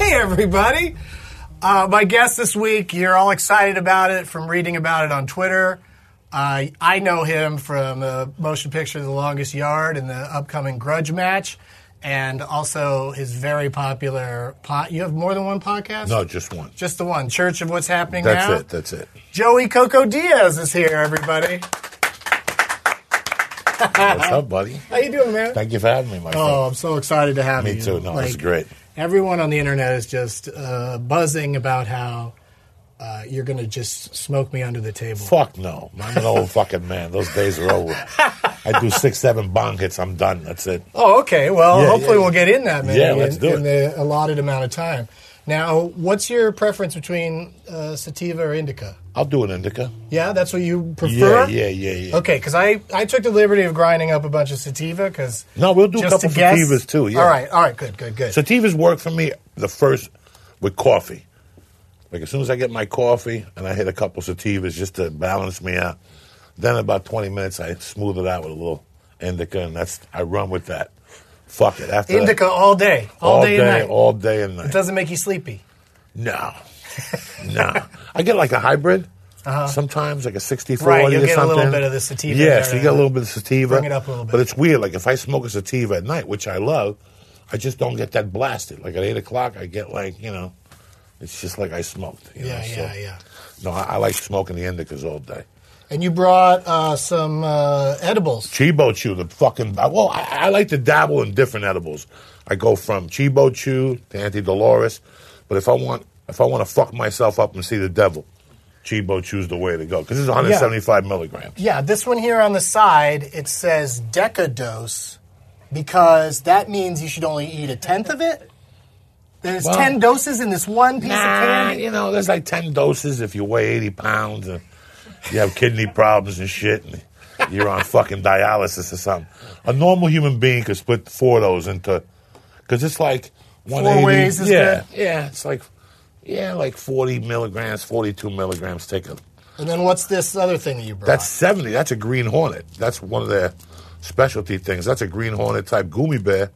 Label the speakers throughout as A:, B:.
A: everybody. Uh, my guest this week, you're all excited about it from reading about it on Twitter. Uh, I know him from the motion picture The Longest Yard and the upcoming Grudge Match, and also his very popular pot. You have more than one podcast?
B: No, just one.
A: Just the one, Church of What's Happening
B: That's
A: Now.
B: it. That's it.
A: Joey Coco Diaz is here, everybody.
B: What's up, buddy?
A: How you doing, man?
B: Thank you for having me, my
A: Oh,
B: friend.
A: I'm so excited to have
B: Me
A: you.
B: too. No, it's great.
A: Everyone on the internet is just uh, buzzing about how uh, you're going to just smoke me under the table.
B: Fuck no. I'm an old fucking man. Those days are over. I do six, seven bong hits. I'm done. That's it.
A: Oh, okay. Well,
B: Yeah,
A: hopefully
B: yeah.
A: we'll get in that maybe
B: Yeah, let's
A: in,
B: do
A: in the allotted amount of time. Now, what's your preference between uh, sativa or indica?
B: I'll do an indica.
A: Yeah, that's what you prefer.
B: Yeah, yeah, yeah, yeah.
A: Okay, because I, I took the liberty of grinding up a bunch of sativa because
B: No, we'll do a couple sativas too. Yeah.
A: All right, all right, good, good, good.
B: Sativas work for me the first with coffee. Like as soon as I get my coffee and I hit a couple sativas just to balance me out. Then about twenty minutes I smooth it out with a little indica and that's I run with that. Fuck it. After that-
A: indica all day, all, day, and night.
B: all day and night.
A: it doesn't make you sleepy.
B: No. no. I get like a hybrid. Sometimes like a 60 40
A: Uh-huh. Right, you'll
B: or
A: get a little
B: something.
A: bit of the sativa
B: Yeah,
A: there
B: so you
A: to
B: get a little bit of sativa.
A: bring it up a little bit.
B: But it's weird. Like if I smoke a sativa at night, which I love, I just don't get that blasted. Like at 8 o'clock, I get like, you know, it's just like I smoked. you
A: Yeah,
B: know, so-
A: yeah, yeah.
B: No, I, I like smoking the indicas all day.
A: And you brought uh, some uh, edibles.
B: Chibo Chew, the fucking. Well, I, I like to dabble in different edibles. I go from Chibo Chew to Auntie Dolores, but if I want if I want to fuck myself up and see the devil, Chibo Chew's the way to go because it's 175 milligrams.
A: Yeah, this one here on the side it says decadose because that means you should only eat a tenth of it. There's
B: Wow.
A: ten doses in this one piece of
B: Nah,
A: candy.
B: you know, there's like 10 doses if you weigh 80 pounds and you have kidney problems and shit. And you're on fucking dialysis or something. A normal human being could split four of those into, because it's like 180.
A: ways is
B: yeah,
A: good?
B: yeah, it's like, yeah, like 40 milligrams, 42 milligrams. Take a,
A: And then what's this other thing that you brought?
B: that's 70. That's a green hornet. That's one of their specialty things. That's a green hornet type gummy bear.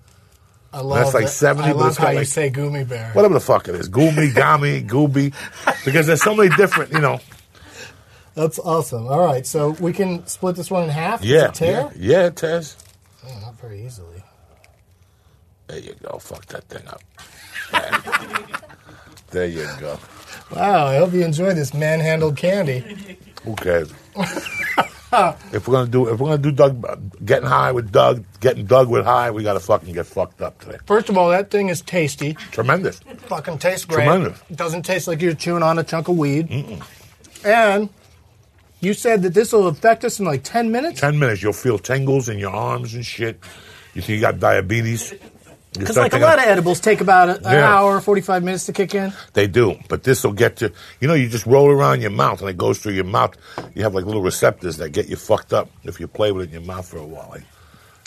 A: I love
B: that's like
A: that-
B: 70,
A: I
B: but
A: love
B: it's got
A: how you
B: like-
A: say gummy bear.
B: Whatever the fuck it is, Gumi, Gami, Gooby, because there's so many different, you know.
A: That's awesome. All right, so we can split this one in half. Does
B: Yeah,
A: it
B: yeah,
A: tear?
B: yeah, it tears.
A: Oh, not very easily.
B: There you go. Fuck that thing up. there you go.
A: Wow, I hope you enjoy this manhandled candy.
B: Who cares? if we're gonna do, if we're gonna do Doug getting high with Doug, getting Doug with high, we gotta fucking get fucked up today.
A: First of all, that thing is tasty.
B: Tremendous.
A: Fucking tastes great.
B: Tremendous.
A: It doesn't taste like you're chewing on a chunk of weed. And you said that this will affect us in like 10 minutes?
B: Ten minutes, you'll feel tingles in your arms and shit. You think you got diabetes?
A: Because like a lot of edibles take about a, an
B: Yeah.
A: hour, 45 minutes to kick in.
B: They do, but this will get you. You know, you just roll around your mouth, and it goes through your mouth. You have like little receptors that get you fucked up if you play with it in your mouth for a while. Like,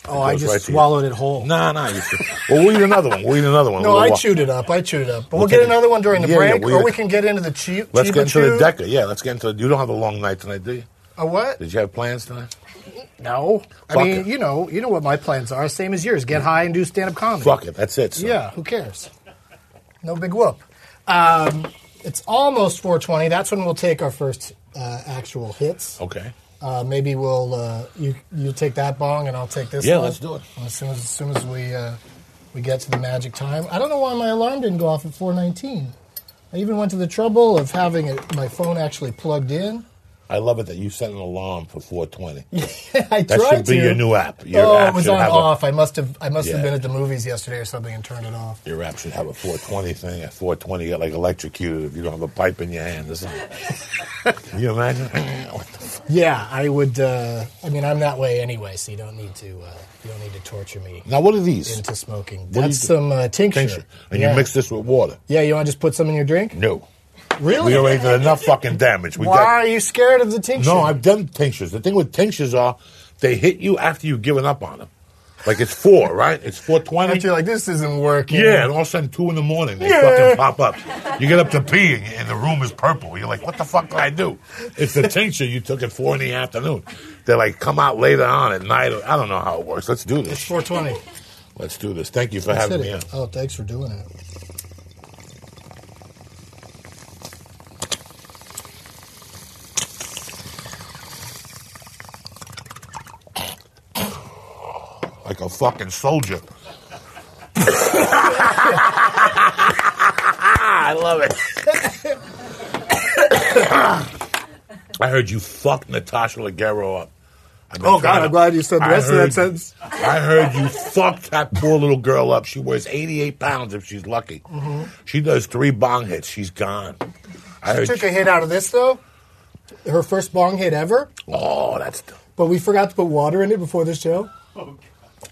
A: Oh, I
B: goes
A: just
B: right to you.
A: swallowed it whole.
B: nah, nah. You should. well, we'll eat another one. We'll eat another one.
A: No,
B: We'll
A: I
B: wa-
A: chewed it up. I chewed it up. But we'll,
B: We'll
A: get
B: take it-
A: another one during the
B: Yeah, yeah,
A: break,
B: we-
A: or we can get into the chew.
B: Let's
A: Chiba
B: get into
A: Chew.
B: the Decker. Yeah, let's get into. You don't have a long night tonight, do you?
A: A what?
B: Did you have plans tonight?
A: No. I
B: Fuck
A: mean,
B: it.
A: you know, you know what my plans are. Same as yours. Get high and do stand-up comedy.
B: Fuck it. That's it. son.
A: Yeah, who cares? No big whoop. Um, it's almost 420. That's when we'll take our first uh, actual hits.
B: Okay.
A: Uh, maybe we'll uh, you you take that bong and I'll take this.
B: Yeah,
A: one.
B: let's do it.
A: As soon as, as soon as we uh, we get to the magic time. I don't know why my alarm didn't go off at 419. I even went to the trouble of having it, my phone actually plugged in.
B: I love it that you set an alarm for 420.
A: I
B: That
A: tried
B: should be
A: to.
B: your new app. Your
A: oh,
B: app
A: it was
B: should
A: on
B: have a-
A: off. I must have I must have
B: Yeah.
A: been at the movies yesterday or something and turned it off.
B: Your app should have a 420 thing. At 420, you get like electrocuted if you don't have a pipe in your hand or something. Can you imagine? what the fuck?
A: Yeah, I would. Uh, I mean, I'm that way anyway, so you don't need to. Uh, you don't need to torture me
B: Now, what are these?
A: into smoking.
B: do you
A: That's
B: do?
A: some uh, tincture.
B: Tincture. And
A: yeah.
B: you mix this with water.
A: Yeah, you want to just put some in your drink?
B: No.
A: Really?
B: We already did enough fucking damage. We
A: Why
B: got,
A: are you scared of the tincture?
B: No, I've done tinctures. The thing with tinctures are they hit you after you've given up on them. Like it's four, right? It's four twenty.
A: You're like this isn't working.
B: Yeah, and all of a sudden two in the morning they
A: Yeah.
B: fucking pop up. You get up to pee and, and the room is purple. You're like, what the fuck did I do? It's the tincture you took at four in the afternoon. They like come out later on at night. I don't know how it works. Let's do this.
A: 420.
B: Let's do this. Thank you for
A: That's
B: having me.
A: it.
B: on.
A: Oh, thanks for doing it.
B: like a fucking soldier. I love it. I heard you fucked Natasha Leggero up. I've been
A: Oh, God,
B: trying
A: I'm glad you said the
B: I
A: rest of that
B: heard-
A: sentence.
B: I heard you fucked that poor little girl up. She weighs 88 pounds if she's lucky.
A: Mm-hmm.
B: She does three bong hits. She's gone. I heard.
A: Took a hit out of this though. Her first bong hit ever,
B: oh, that's.
A: but we forgot to put water in it before the show.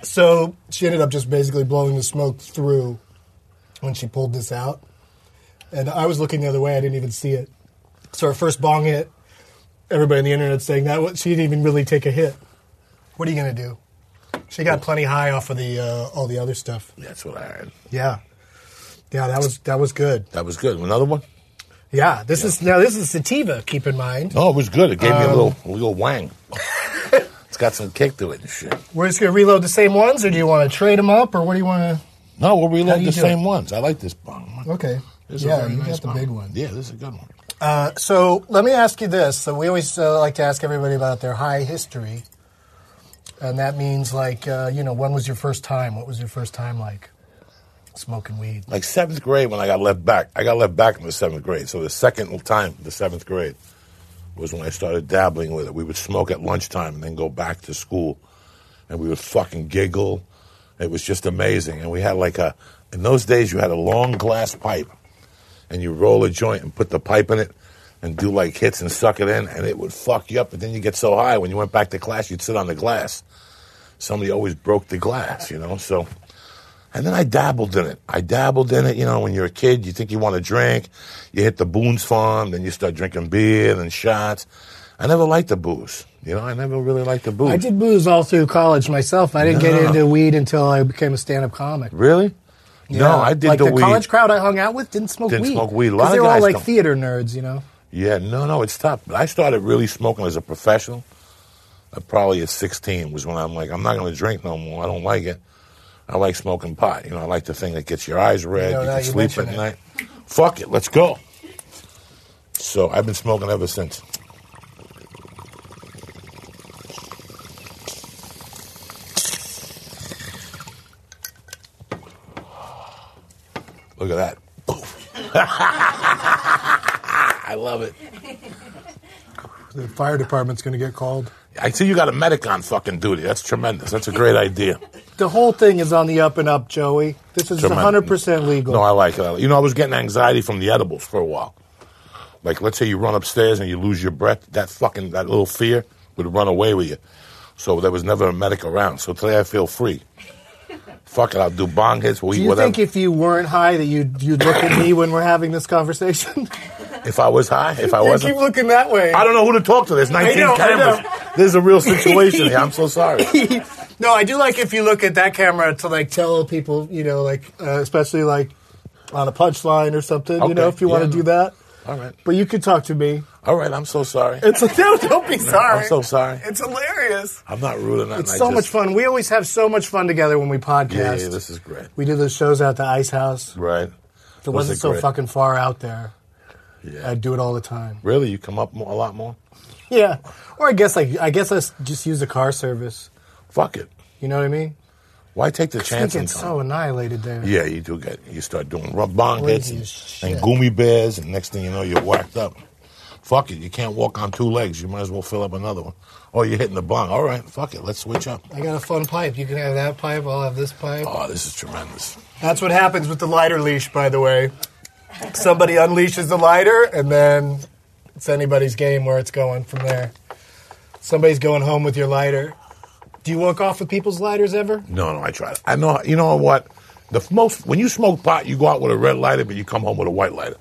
A: So she ended up just basically blowing the smoke through when she pulled this out. And I was looking the other way; I didn't even see it. So her first bong hit. Everybody on the internet saying that wa- she didn't even really take a hit. What are you gonna do? She got plenty high off of the uh, all the other stuff.
B: That's what I heard.
A: Yeah, yeah, that was that was good.
B: That was good. Another one?
A: Yeah, this is now this is sativa. Keep in mind,
B: No, Oh, it was good. It gave me a little, a little wang. it's got some kick to it and shit.
A: we're just gonna reload the same ones, or do you want to trade them up, or what do you want
B: No, we'll reload
A: do
B: the
A: you do
B: same ones. I like this bong.
A: to? Okay,
B: This is a
A: yeah,
B: very
A: you
B: nice
A: got the
B: bong.
A: big one.
B: Yeah, this is a good one.
A: Uh, so let me ask you this: so we always uh, like to ask everybody about their high history, and that means like uh, you know, when was your first time? What was your first time like smoking weed?
B: like seventh grade when I got left back. I got left back in the seventh grade. So the second time, the seventh grade, was when I started dabbling with it. We would smoke at lunchtime and then go back to school, and we would fucking giggle. It was just amazing. And we had like a in those days you had a long glass pipe, and you roll a joint and put the pipe in it. And do like hits and suck it in, and it would fuck you up. But then you get so high when you went back to class, you'd sit on the glass. Somebody always broke the glass, you know. So and then I dabbled in it. I dabbled in it. You know, when you're a kid, you think you want to drink. You hit the Boone's Farm, then you start drinking beer and shots. I never liked the booze. You know, I never really liked the booze.
A: I did booze all through college myself. I didn't get
B: No.
A: into weed until I became a stand-up comic.
B: Really? No,
A: Yeah,
B: I did
A: like
B: the,
A: the,
B: weed.
A: college crowd I hung out with didn't smoke
B: Didn't
A: weed.
B: smoke weed. A lot
A: 'Cause
B: of
A: they were
B: guys
A: all like
B: don't.
A: theater nerds, you know.
B: Yeah, no, no, it's tough. But I started really smoking as a professional. uh, Probably at 16 was when I'm like, I'm not going to drink no more. I don't like it. I like smoking pot. You know, I like the thing that gets your eyes red.
A: You know,
B: You,
A: now
B: can
A: you
B: sleep
A: mention
B: at
A: it.
B: night. Fuck it, let's go. So I've been smoking ever since. Look at that. I love it.
A: The fire department's going to get called.
B: I see you got a medic on fucking duty. That's tremendous. That's a great idea.
A: The whole thing is on the up and up, Joey. This is
B: Tremendous.
A: 100% legal.
B: No, I like it. You know, I was getting anxiety from the edibles for a while. Like, let's say you run upstairs and you lose your breath. That fucking that little fear would run away with you. So there was never a medic around. So today I feel free. Fuck it, I'll do bong hits. We'll
A: Do
B: eat
A: you
B: whatever.
A: think if you weren't high that you'd, you'd look at me when we're having this conversation?
B: if, I was high, if I
A: you
B: wasn't,
A: keep looking that way.
B: I don't know who to talk to. There's 19
A: know, I
B: cameras.
A: know.
B: There's a real situation here. I'm so sorry.
A: no, I do like if you look at that camera to like tell people, you know, like uh, especially like on a punchline or something, you know,
B: Okay.
A: if you want to
B: Yeah,
A: do
B: no.
A: that.
B: All right,
A: But you could talk to me.
B: all right. I'm so sorry.
A: It's like, no, don't be sorry.
B: I'm so sorry.
A: It's hilarious.
B: I'm not rude or nothing.
A: It's
B: I
A: so
B: just-
A: much fun. We always have so much fun together when we podcast.
B: Yeah, yeah, this is great.
A: we do those shows out at the Ice House.
B: Right.
A: If it wasn't so
B: great?
A: fucking far out there,
B: Yeah.
A: I'd do it all the time.
B: Really, you come up more, a lot more.
A: Yeah, or I guess like I guess I s- just use the car service.
B: Fuck it.
A: You know what I mean?
B: Why take the
A: I
B: chance?
A: get
B: And
A: so
B: come?
A: annihilated there.
B: yeah, you do get. You start doing rub bong hits
A: Crazy
B: and,
A: as shit.
B: and goomy bears, and next thing you know, you're whacked up. Fuck it. You can't walk on two legs. You might as well fill up another one. Oh, you're hitting the bong. All right, fuck it. Let's switch up.
A: I got a fun pipe. You can have that pipe. I'll have this pipe.
B: Oh, this is tremendous.
A: That's what happens with the lighter leash, by the way. Somebody unleashes the lighter, and then it's anybody's game where it's going from there. Somebody's going home with your lighter. Do you walk off with people's lighters ever?
B: No, no, I tried. it. I know. You know what? The f- most when you smoke pot, you go out with a red lighter, but you come home with a white lighter.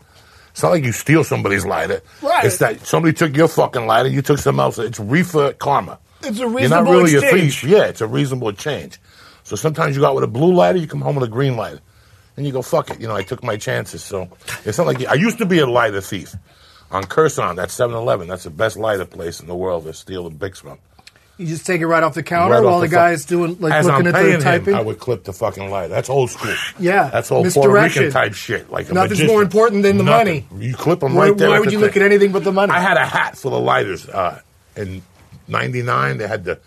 B: It's not like you steal somebody's lighter.
A: Right.
B: It's that somebody took your fucking lighter, you took some else. It's reefer karma.
A: It's a
B: You're
A: reasonable
B: not really
A: exchange.
B: A thief. Yeah, it's a reasonable change. So sometimes you go out with a blue lighter, you come home with a green lighter, and you go fuck it. You know, I took my chances. So it's not like I used to be a lighter thief. On Curson, that's 7-Eleven. That's the best lighter place in the world to steal the Bix from.
A: You just take it right off the counter
B: Right off
A: while the,
B: fu-
A: guy's doing like
B: As
A: looking
B: I'm
A: at
B: paying
A: the
B: him,
A: typing.
B: I would clip the fucking light. That's old school.
A: Yeah.
B: that's old Puerto
A: Misdirection.
B: Rican type shit. Like a
A: Nothing's
B: magician.
A: more important than the
B: Nothing.
A: money.
B: You clip them
A: why
B: right there.
A: why
B: at
A: would
B: the
A: you
B: thing.
A: look at anything but the money?
B: I had a hat full of lighters uh, in '99. They had the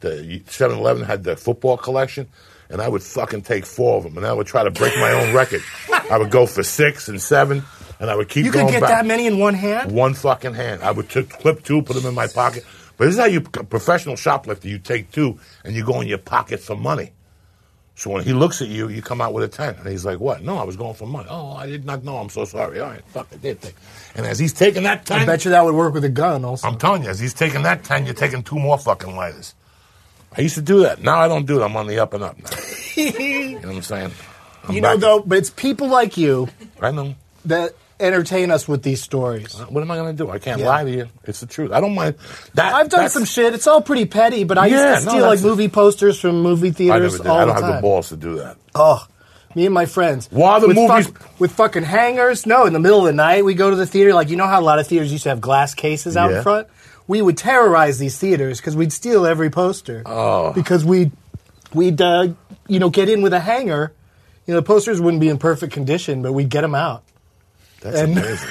B: The 7-Eleven had their football collection, and I would fucking take four of them, and I would try to break my own record. I would go for six and seven, and I would keep
A: You
B: going
A: could get
B: back.
A: that many in one hand?
B: One fucking hand. I would t- clip two, put them in my pocket. But this is how you, professional shoplifter, you take two and you go in your pocket for money. So when he looks at you, you come out with a 10. And he's like, what? No, I was going for money. Oh, I did not know. I'm so sorry. All right, fuck, I did take. And as he's taking that 10,
C: I bet you that would work with a gun also.
B: I'm telling you, as he's taking that 10, you're taking two more fucking lighters. I used to do that. Now I don't do it. I'm on the up and up now. You know what I'm saying? I'm
C: you know,
B: back-
C: though, but it's people like you
B: I know.
C: that entertain us with these stories.
B: What am I going to do? I can't
C: Yeah.
B: lie to you. It's the truth. I don't mind. That,
C: I've done
B: that's-
C: some shit. It's all pretty petty, but I
B: Yeah,
C: used to
B: no,
C: steal like
B: that's-
C: movie posters from movie
B: I
C: theaters
B: never did.
C: all
B: I don't
C: the
B: have
C: time.
B: the balls to do that.
C: Oh, me and my friends.
B: While the
C: with
B: movies-
C: fuck- with fucking hangers. No, in the middle of the night, we go to the theater. Like you know how a lot of theaters used to have glass cases out
B: Yeah.
C: in front. We would terrorize these theaters because we'd steal every poster. Oh, because we we'd uh, you know get in with a hanger. You know, the posters wouldn't be in perfect condition, but we'd get them out.
B: That's
C: And-
B: amazing.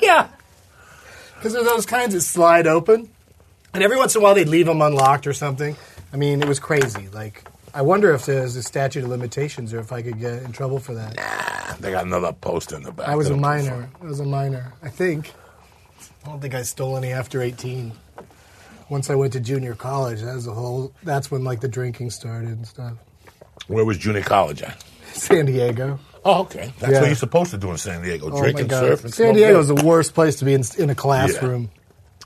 C: Yeah. Because they're those kinds that slide open. And every once in a while they'd leave them unlocked or something. I mean, it was crazy. Like, I wonder if there's a statute of limitations or if I could get in trouble for that.
B: they got another poster in the back.
C: I was
B: They
C: a
B: don't give
C: minor. I was a minor. I think. I don't think I stole any after 18. Once I went to junior college, that was a whole. That's when, like, the drinking started and stuff.
B: fuck. Where was junior college at?
C: San Diego.
B: Oh, okay. That's
C: Yeah.
B: what you're supposed to do in San Diego:
C: Oh,
B: drink
C: my
B: and
C: God.
B: surf. And
C: San
B: smoke
C: Diego's
B: dope.
C: the worst place to be in, in a classroom.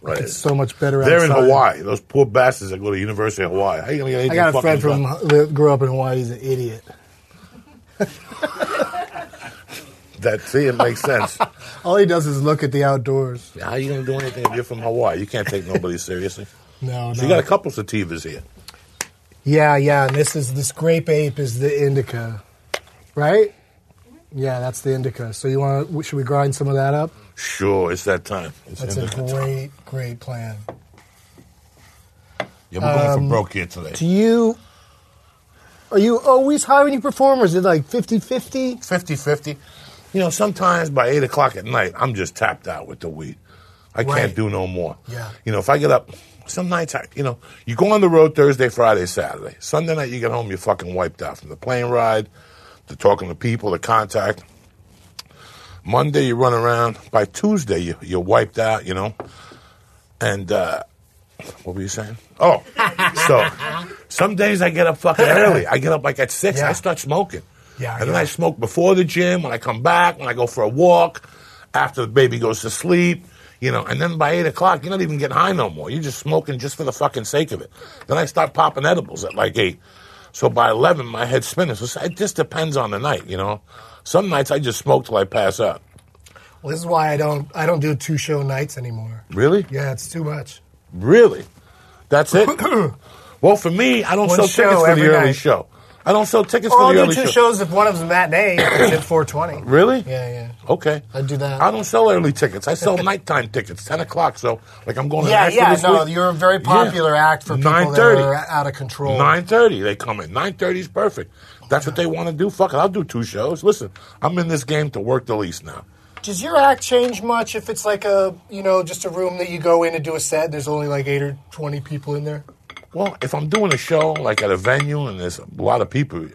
B: Right.
C: It's so much better
B: They're in
C: outside.
B: Hawaii. Those poor bastards that go to University of Hawaii. How you gonna get anything
C: I got a
B: fucking
C: friend from
B: done?
C: that grew up in Hawaii. He's an idiot.
B: that? See, it makes sense.
C: All he does is look at the outdoors.
B: How you gonna do anything if you're from Hawaii? You can't take nobody seriously.
C: No,
B: So
C: no.
B: you got a couple sativas here.
C: yeah, yeah. And this is this grape ape is the indica, right? Yeah, that's the indica. So you want to? Should we grind some of that up?
B: Sure, it's that time. It's
C: That's
B: in
C: a
B: the-
C: great, great plan.
B: Yeah, we're going
C: Um,
B: for broke here today.
C: Do you? Are you always hiring performers? Is it like 50-50?
B: 50 50. You know, sometimes by 8 o'clock at night, I'm just tapped out with the weed. I
C: Right.
B: can't do no more.
C: Yeah.
B: You know, if I get up, some nights, I, you know, you go on the road Thursday, Friday, Saturday. Sunday night, you get home, you're fucking wiped out from the plane ride, to talking to people, the contact. Monday, you run around. By Tuesday, you, you're wiped out, you know. And, uh, what were you saying? Oh, so some days I get up fucking early. I get up like at six.
A: Yeah.
B: I start smoking.
A: Yeah,
B: and then
A: yeah.
B: I smoke before the gym. When I come back, when I go for a walk, after the baby goes to sleep, you know. And then by eight o'clock, you're not even getting high no more. You're just smoking just for the fucking sake of it. Then I start popping edibles at like eight. So by eleven, my head's spinning. So it just depends on the night, you know. Some nights I just smoke till I pass out.
A: Well, this is why I don't I don't do two show nights anymore.
B: Really?
A: Yeah, it's too much.
B: Really? That's it? well, for me, I don't
A: One
B: sell
A: show
B: tickets for the
A: every
B: early
A: night.
B: show. I don't sell tickets
A: Or
B: for
A: I'll
B: the
A: do
B: early
A: two
B: show.
A: shows if one of them's a matinee. It's at four twenty.
B: Really?
A: Yeah, yeah.
B: Okay.
A: I do that.
B: I don't sell early tickets. I sell nighttime tickets, 10 o'clock. So, like, I'm going to
A: Yeah,
B: Nashville
A: yeah.
B: this
A: No,
B: week.
A: you're a very popular
B: Yeah.
A: act for people that
B: 9:30.
A: are out of control.
B: 9.30, they come in. 9.30 is perfect. That's what they want to do. Fuck it, I'll do two shows. Listen, I'm in this game to work the least now.
A: Does your act change much if it's like a you know just a room that you go in and do a set? and There's only like eight or twenty people in there.
B: Well, if I'm doing a show like at a venue and there's a lot of people,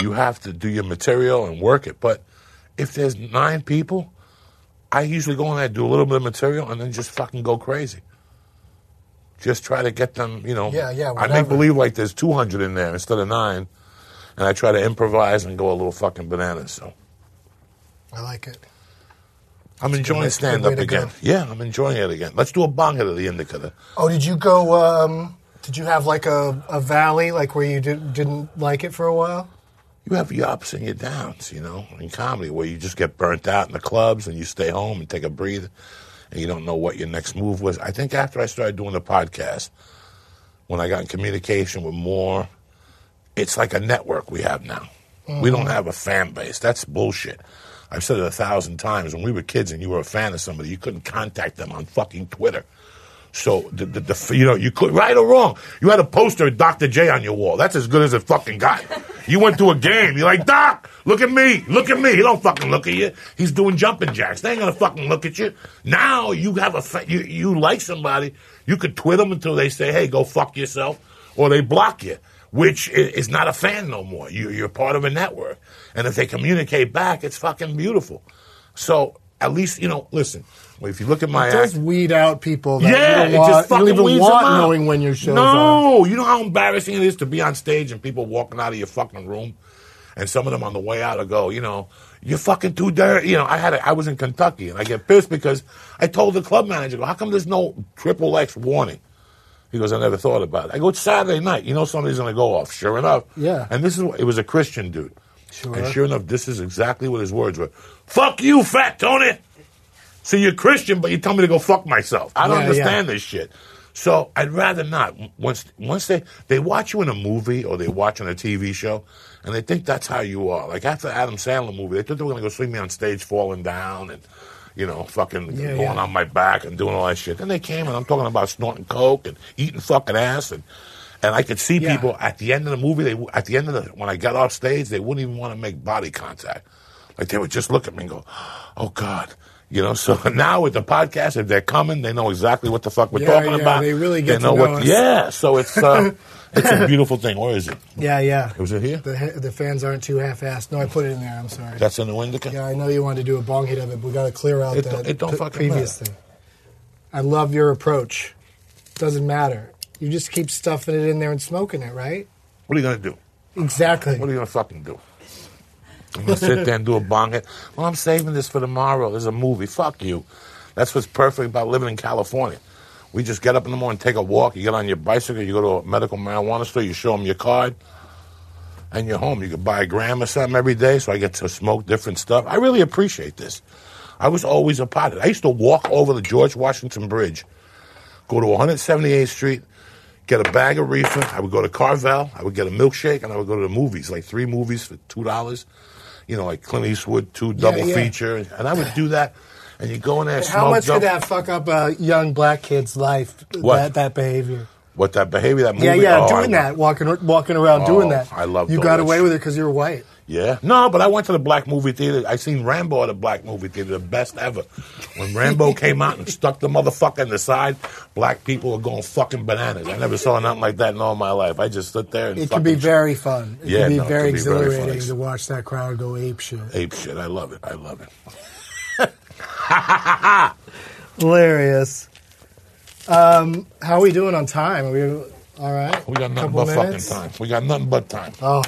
B: you have to do your material and work it. But if there's nine people, I usually go in there, do a little bit of material, and then just fucking go crazy. Just try to get them, you know.
A: Yeah, yeah,
B: I
A: whatever.
B: make believe like there's 200 in there instead of nine, and I try to improvise and go a little fucking bananas. So
A: I like it.
B: I'm enjoying
A: That's a good
B: stand up
A: way to go.
B: again. Yeah, I'm enjoying it again. Let's do a bong hit of the indicator.
A: Oh, did you go? Um, did you have like a, a valley like where you did, didn't like it for a while?
B: you have your ups and your downs, you know, in comedy where you just get burnt out in the clubs and you stay home and take a breather and you don't know what your next move was. I think after I started doing the podcast, when I got in communication with more, it's like a network we have now. We don't have a fan base. That's bullshit. I've said it a thousand times. When we were kids and you were a fan of somebody, you couldn't contact them on fucking Twitter. So the, the, the you know you could right or wrong. You had a poster of Dr. J on your wall. That's as good as it fucking got. You went to a game. You're like Doc, look at me, look at me. He don't fucking look at you. He's doing jumping jacks. They ain't gonna fucking look at you. Now you have a fa- you you like somebody. You could twit them until they say, "Hey, go fuck yourself." or they block you, which i- is not a fan no more. You, you're part of a network, and if they communicate back, it's fucking beautiful. So at least you know. Listen, if you look at my
A: It does
B: act-
A: weed out people that
B: yeah,
A: you
B: it
A: don't, want,
B: just
A: you
B: fucking
A: don't even
B: weeds
A: want
B: them out.
A: knowing when your show's
B: no,
A: on.
B: you know how embarrassing it is to be on stage and people walking out of your fucking room, and some of them on the way out will go, you know, you're fucking too dirty. You know, I had a, I was in Kentucky and I get pissed because I told the club manager, how come there's no triple X warning? He goes, I never thought about it. I go, it's Saturday night. You know somebody's going to go off. Sure enough.
A: Yeah.
B: And this is, what- it was a Christian dude.
A: Sure.
B: And sure enough, this is exactly what his words were. Fuck you, fat Tony. So you're Christian, but you tell me to go fuck myself. I don't
A: Yeah,
B: understand this shit. So I'd rather not. Once once they they watch you in a movie or they watch on a TV show, and they think that's how you are. Like after Adam Sandler movie, they thought they were gonna go see me on stage falling down and. You know, fucking
A: Yeah,
B: going
A: yeah.
B: on my back and doing all that shit. Then they came and I'm talking about snorting coke and eating fucking ass and, and I could see
A: Yeah.
B: people at the end of the movie. They w- at the end of the when I got off stage, they wouldn't even want to make body contact. Like they would just look at me and go, "Oh God," you know. So now with the podcast, if they're coming, they know exactly what the fuck we're
A: Yeah,
B: talking
A: yeah,
B: about.
A: they really get to know us.
B: Yeah, so it's uh, it's a beautiful thing. Where is it?
A: Yeah, yeah.
B: Was it here?
A: The, he- the fans aren't too half-assed. No, I put it in there. I'm sorry.
B: That's in the Windica.
A: yeah, I know you wanted to do a bong hit of it, but we got to clear out
B: It
A: that
B: don't- it don't
A: p-
B: fucking
A: previous
B: matter.
A: thing. I love your approach. Doesn't matter. You just keep stuffing it in there and smoking it, right?
B: What are you gonna do?
A: Exactly.
B: What are you gonna fucking do? I'm gonna sit there and do a bong hit. Well, I'm saving this for tomorrow. There's a movie. Fuck you. That's what's perfect about living in California. We just get up in the morning, take a walk. You get on your bicycle. You go to a medical marijuana store. You show them your card, and you're home. You could buy a gram or something every day. So I get to smoke different stuff. I really appreciate this. I was always a pothead. I used to walk over the George Washington Bridge, go to 178th Street, get a bag of reefer. I would go to Carvel. I would get a milkshake, and I would go to the movies, like three movies for two dollars. You know, like Clint Eastwood, two double
A: yeah.
B: feature, and I would do that. And you go in there, and
A: How
B: smoke
A: much
B: dope.
A: could that fuck up a young black kid's life?
B: What?
A: That that behavior.
B: What that behavior? That movie?
A: Yeah, yeah,
B: Oh,
A: doing
B: I-
A: that, walking walking around doing
B: Oh,
A: that.
B: I love
A: you
B: doing
A: got
B: that
A: away
B: shit.
A: with it because you're white.
B: Yeah. No, but I went to the black movie theater. I seen Rambo at a black movie theater, the best ever. When Rambo came out and stuck the motherfucker in the side, black people were going fucking bananas. I never saw nothing like that in all my life. I just stood there and
A: It
B: fucking
A: can be very fun. It
B: Yeah,
A: can be
B: no, it
A: very
B: can be very fun.
A: exhilarating to watch that crowd go ape shit.
B: ape shit. I love it. I love it.
A: Hilarious. Um, how are we doing on time? Are we all right?
B: We got nothing
A: Couple
B: but
A: minutes?
B: fucking time. We got nothing but time.
A: Oh,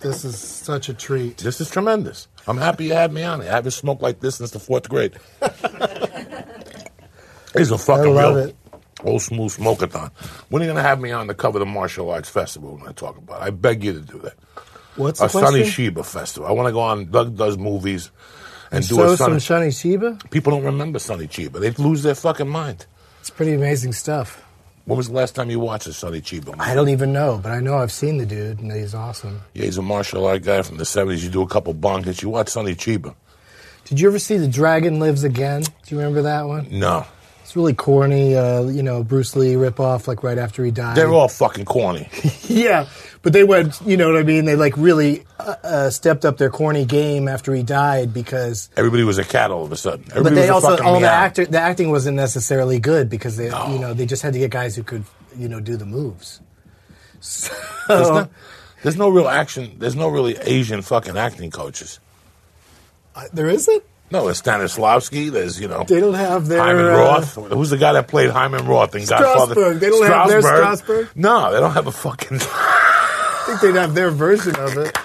A: this is such a treat.
B: This is tremendous. I'm happy you had me on it. I haven't smoked like this since the fourth grade. It's a fucking
A: love
B: real
A: it.
B: old smooth smokeathon. When are you gonna have me on to cover the martial arts festival we're gonna talk about? it? I beg you to do that.
A: What's the
B: a Sunny
A: question?
B: Sheba festival. I want to go on Doug Does Movies and do
A: so
B: a Sunny.
A: some Shani Sheba.
B: People don't remember Sunny Chiba. They lose their fucking mind.
A: It's pretty amazing stuff.
B: When was the last time you watched a Sunny Chiba?
A: I don't even know, but I know I've seen the dude, and he's awesome.
B: yeah, he's a martial art guy from the 70s. You do a couple bong hits. You watch Sunny Chiba.
A: Did you ever see The Dragon Lives Again? Do you remember that one?
B: No.
A: It's really corny, uh, you know, Bruce Lee ripoff, like right after he died.
B: They're all fucking corny.
A: Yeah, but they went, you know what I mean? They like really uh, uh, stepped up their corny game after he died because.
B: Everybody was a cat all of a sudden.
A: But
B: Everybody
A: they
B: was a
A: also
B: fucking
A: all the
B: meow.
A: actor the acting wasn't necessarily good because they
B: No.
A: you know they just had to get guys who could you know do the moves. So
B: There's,
A: Oh.
B: no, there's no real action. There's no really Asian fucking acting coaches.
A: Uh, there isn't.
B: No, there's Stanislavski. There's you know.
A: They don't have their
B: Hyman
A: uh,
B: Roth. Who's the guy that played Hyman Roth in Godfather?
A: Strasberg. They don't have their Strasberg?
B: No, they don't have a fucking.
A: I think they'd have their version of it.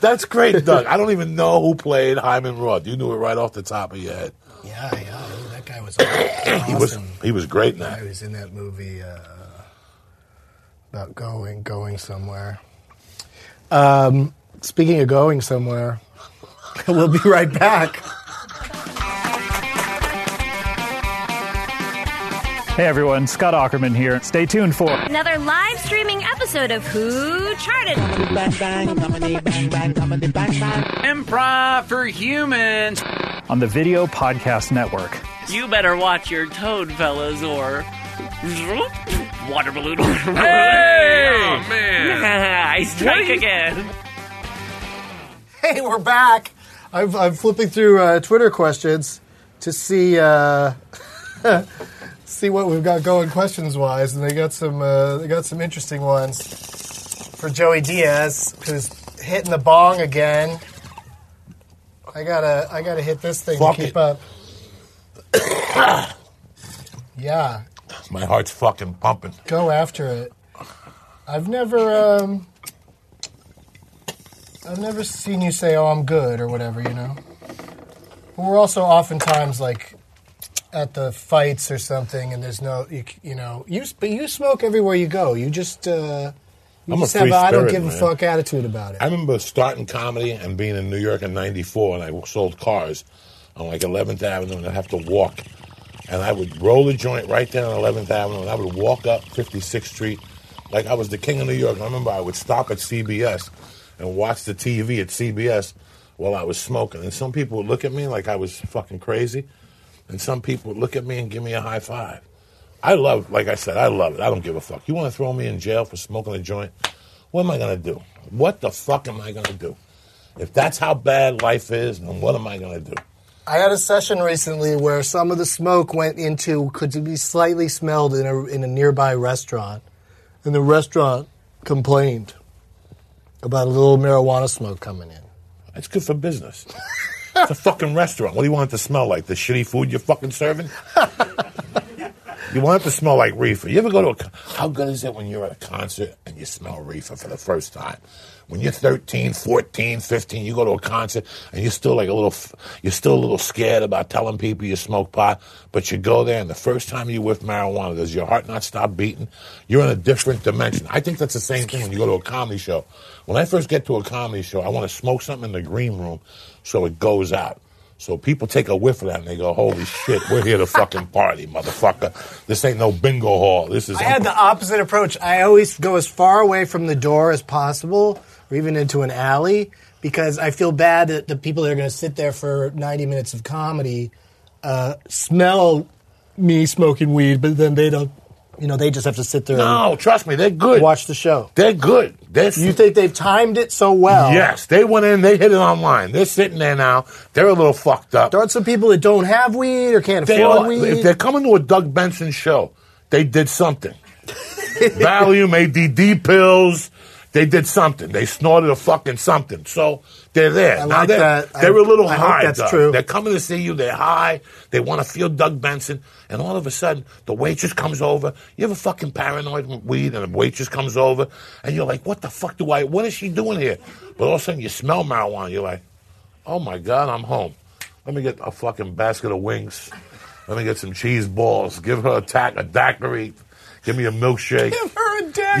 B: That's great, Doug. I don't even know who played Hyman Roth. You knew it right off the top of your head.
A: Yeah, yeah. That guy was awesome.
B: He was he was great in
A: I
B: that.
A: was in that movie uh, about going going somewhere. Um, speaking of going somewhere, we'll be right back.
D: Hey everyone, Scott Ackerman here. Stay tuned for.
E: Another live streaming episode of Who Charted.
F: Improv for humans.
D: on the Video Podcast Network.
G: You better watch your toad, fellas, or. Water balloon.
F: Hey, man.
G: I strike again.
A: Hey, we're back. I've, I'm flipping through uh, Twitter questions to see uh, see what we've got going questions wise, and they got some uh, they got some interesting ones for Joey Diaz, who's hitting the bong again. I gotta I gotta hit this thing
B: Fuck
A: to keep
B: it.
A: up. yeah,
B: My heart's fucking pumping.
A: go after it. I've never um, I've never seen you say, "Oh, I'm good" or whatever, you know. But we're also oftentimes like at the fights or something, and there's no you, c- you know you s- but you smoke everywhere you go. You just uh, you
B: I'm a
A: just have
B: free
A: a I don't
B: spirit,
A: give a
B: man.
A: fuck attitude about it.
B: I remember starting comedy and being in New York in '94, and I sold cars on like 11th Avenue, and I'd have to walk. And I would roll a joint right there on 11th Avenue, and I would walk up 56th Street like I was the king of New York. I remember I would stop at CBS and watch the TV at CBS while I was smoking. And some people would look at me like I was fucking crazy, and some people would look at me and give me a high five. I love, like I said, I love it. I don't give a fuck. You want to throw me in jail for smoking a joint? What am I going to do? What the fuck am I going to do? If that's how bad life is, then what am I going to do?
A: I had a session recently where some of the smoke went into could be slightly smelled in a in a nearby restaurant, and the restaurant complained about a little marijuana smoke coming in.
B: It's good for business. it's a fucking restaurant. What do you want it to smell like? The shitty food you're fucking serving? you want it to smell like reefer. You ever go to a. con- How good is it when you're at a concert and you smell reefer for the first time? When you're 13, 14, 15, you go to a concert and you're still like a little, f- you're still a little scared about telling people you smoke pot, but you go there and the first time you're with marijuana, does your heart not stop beating? You're in a different dimension. I think that's the same thing when you go to a comedy show. When I first get to a comedy show, I want to smoke something in the green room so it goes out. So people take a whiff of that and they go, "Holy shit, we're here to fucking party, motherfucker! This ain't no bingo hall. This is."
A: I had the opposite approach. I always go as far away from the door as possible, or even into an alley, because I feel bad that the people that are going to sit there for 90 minutes of comedy uh, smell me smoking weed, but then they don't. You know, they just have to sit there
B: no, trust me, they're
A: and
B: good.
A: watch the show.
B: They're good. They're
A: You think they've timed it so well?
B: Yes, they went in. They hit it online. They're sitting there now. They're a little fucked up.
A: There aren't some people that don't have weed or can't
B: They
A: afford
B: are-
A: weed.
B: if they're coming to a Doug Benson show, they did something. Valium, ADD pills. They did something. They snorted a fucking something. So they're there.
A: I
B: now
A: like
B: they're,
A: that. I-
B: They're a little
A: I hope
B: high.
A: that's
B: Doug.
A: true.
B: They're coming to see you. They're high. They want to feel Doug Benson. And all of a sudden, the waitress comes over. You ever fucking paranoid with weed and a waitress comes over and you're like, what the fuck do I, what is she doing here? But all of a sudden you smell marijuana. You're like, oh my God, I'm home. Let me get a fucking basket of wings. Let me get some cheese balls. Give her a, tack, a daiquiri. Give me a milkshake.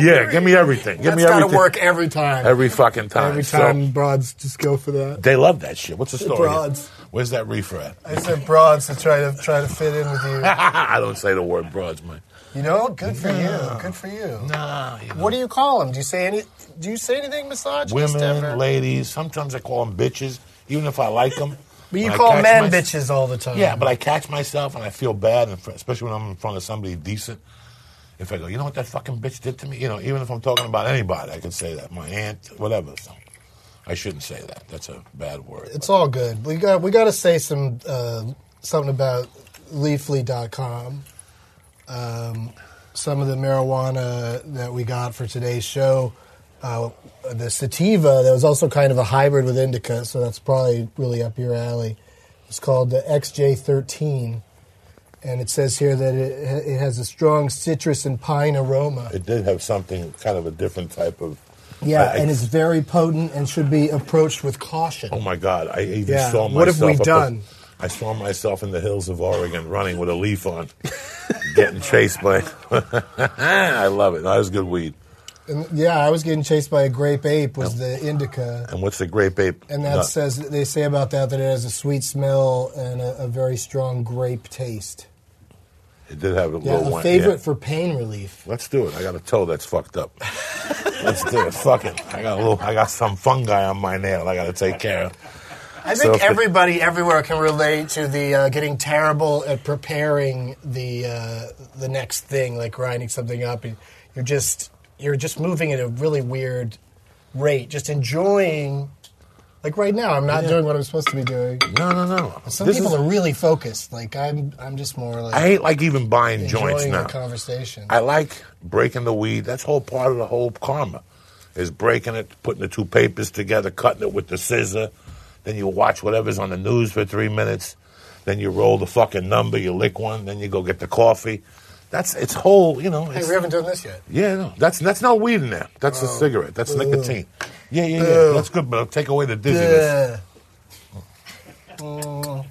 B: Yeah, give me everything. Give me
A: That's gotta
B: everything.
A: work every time.
B: Every fucking time.
A: Every
B: So,
A: time broads just go for that.
B: they love that shit. What's the story?
A: Broads.
B: Where's that reefer at?
A: I said broads to try to try to fit in with you.
B: I don't say the word broads, man.
A: You know, good for you. Good for you.
B: Nah, you know.
A: What do you call them? Do you say any? Do you say anything misogynist? ever?
B: Women, ladies. Sometimes I call them bitches, even if I like them.
A: But you call men bitches all the time.
B: Yeah, but I catch myself and I feel bad, and fr- especially when I'm in front of somebody decent. If I go, you know what that fucking bitch did to me? You know, even if I'm talking about anybody, I could say that. My aunt, whatever. So I shouldn't say that. That's a bad word.
A: it's all good. We got we got to say some uh, something about Leafly.com. Um, some of the marijuana that we got for today's show, uh, the sativa that was also kind of a hybrid with indica, so that's probably really up your alley. It's called the XJ13, and it says here that it, it has a strong citrus and pine aroma.
B: it did have something kind of a different type of.
A: Yeah,
B: I- I-
A: and it's very potent and should be approached with caution.
B: Oh my God! I even
A: Yeah,
B: saw myself.
A: what have we
B: up a-
A: done?
B: I saw myself in the hills of Oregon running with a leaf on, getting chased by. I love it. That was good weed.
A: And yeah, I was getting chased by a grape ape was the indica,
B: And what's the grape ape?
A: and that
B: nut?
A: says they say about that that it has a sweet smell and a, a very strong grape taste.
B: it did have a
A: Yeah,
B: little
A: a
B: wine.
A: favorite
B: yeah.
A: for pain relief.
B: Let's do it. I got a toe that's fucked up. Let's do it. Fuck it. I got a little. I got some fungi on my nail. I got to take care of.
A: I
B: think So if it-
A: everybody everywhere can relate to the uh, getting terrible at preparing the uh, the next thing, like grinding something up. And you're just you're just moving at a really weird rate, just enjoying Like right now, I'm not doing what I'm supposed to be doing.
B: No, no, no.
A: Some
B: This
A: people
B: is-
A: are really focused. Like I'm, I'm just more like
B: I hate like even buying joints
A: enjoying the
B: now.
A: conversation.
B: I like breaking the weed. That's whole part of the whole karma, is breaking it, putting the two papers together, cutting it with the scissor. Then you watch whatever's on the news for three minutes. Then you roll the fucking number. You lick one. Then you go get the coffee. That's it's whole. You know.
A: hey,
B: it's-
A: we haven't done this yet.
B: yeah, no, that's that's not weed in there. That's
A: Oh.
B: a cigarette. That's nicotine. Yeah, yeah, yeah.
A: Ew.
B: That's good, but it'll take away the dizziness.
A: Yeah. Mm.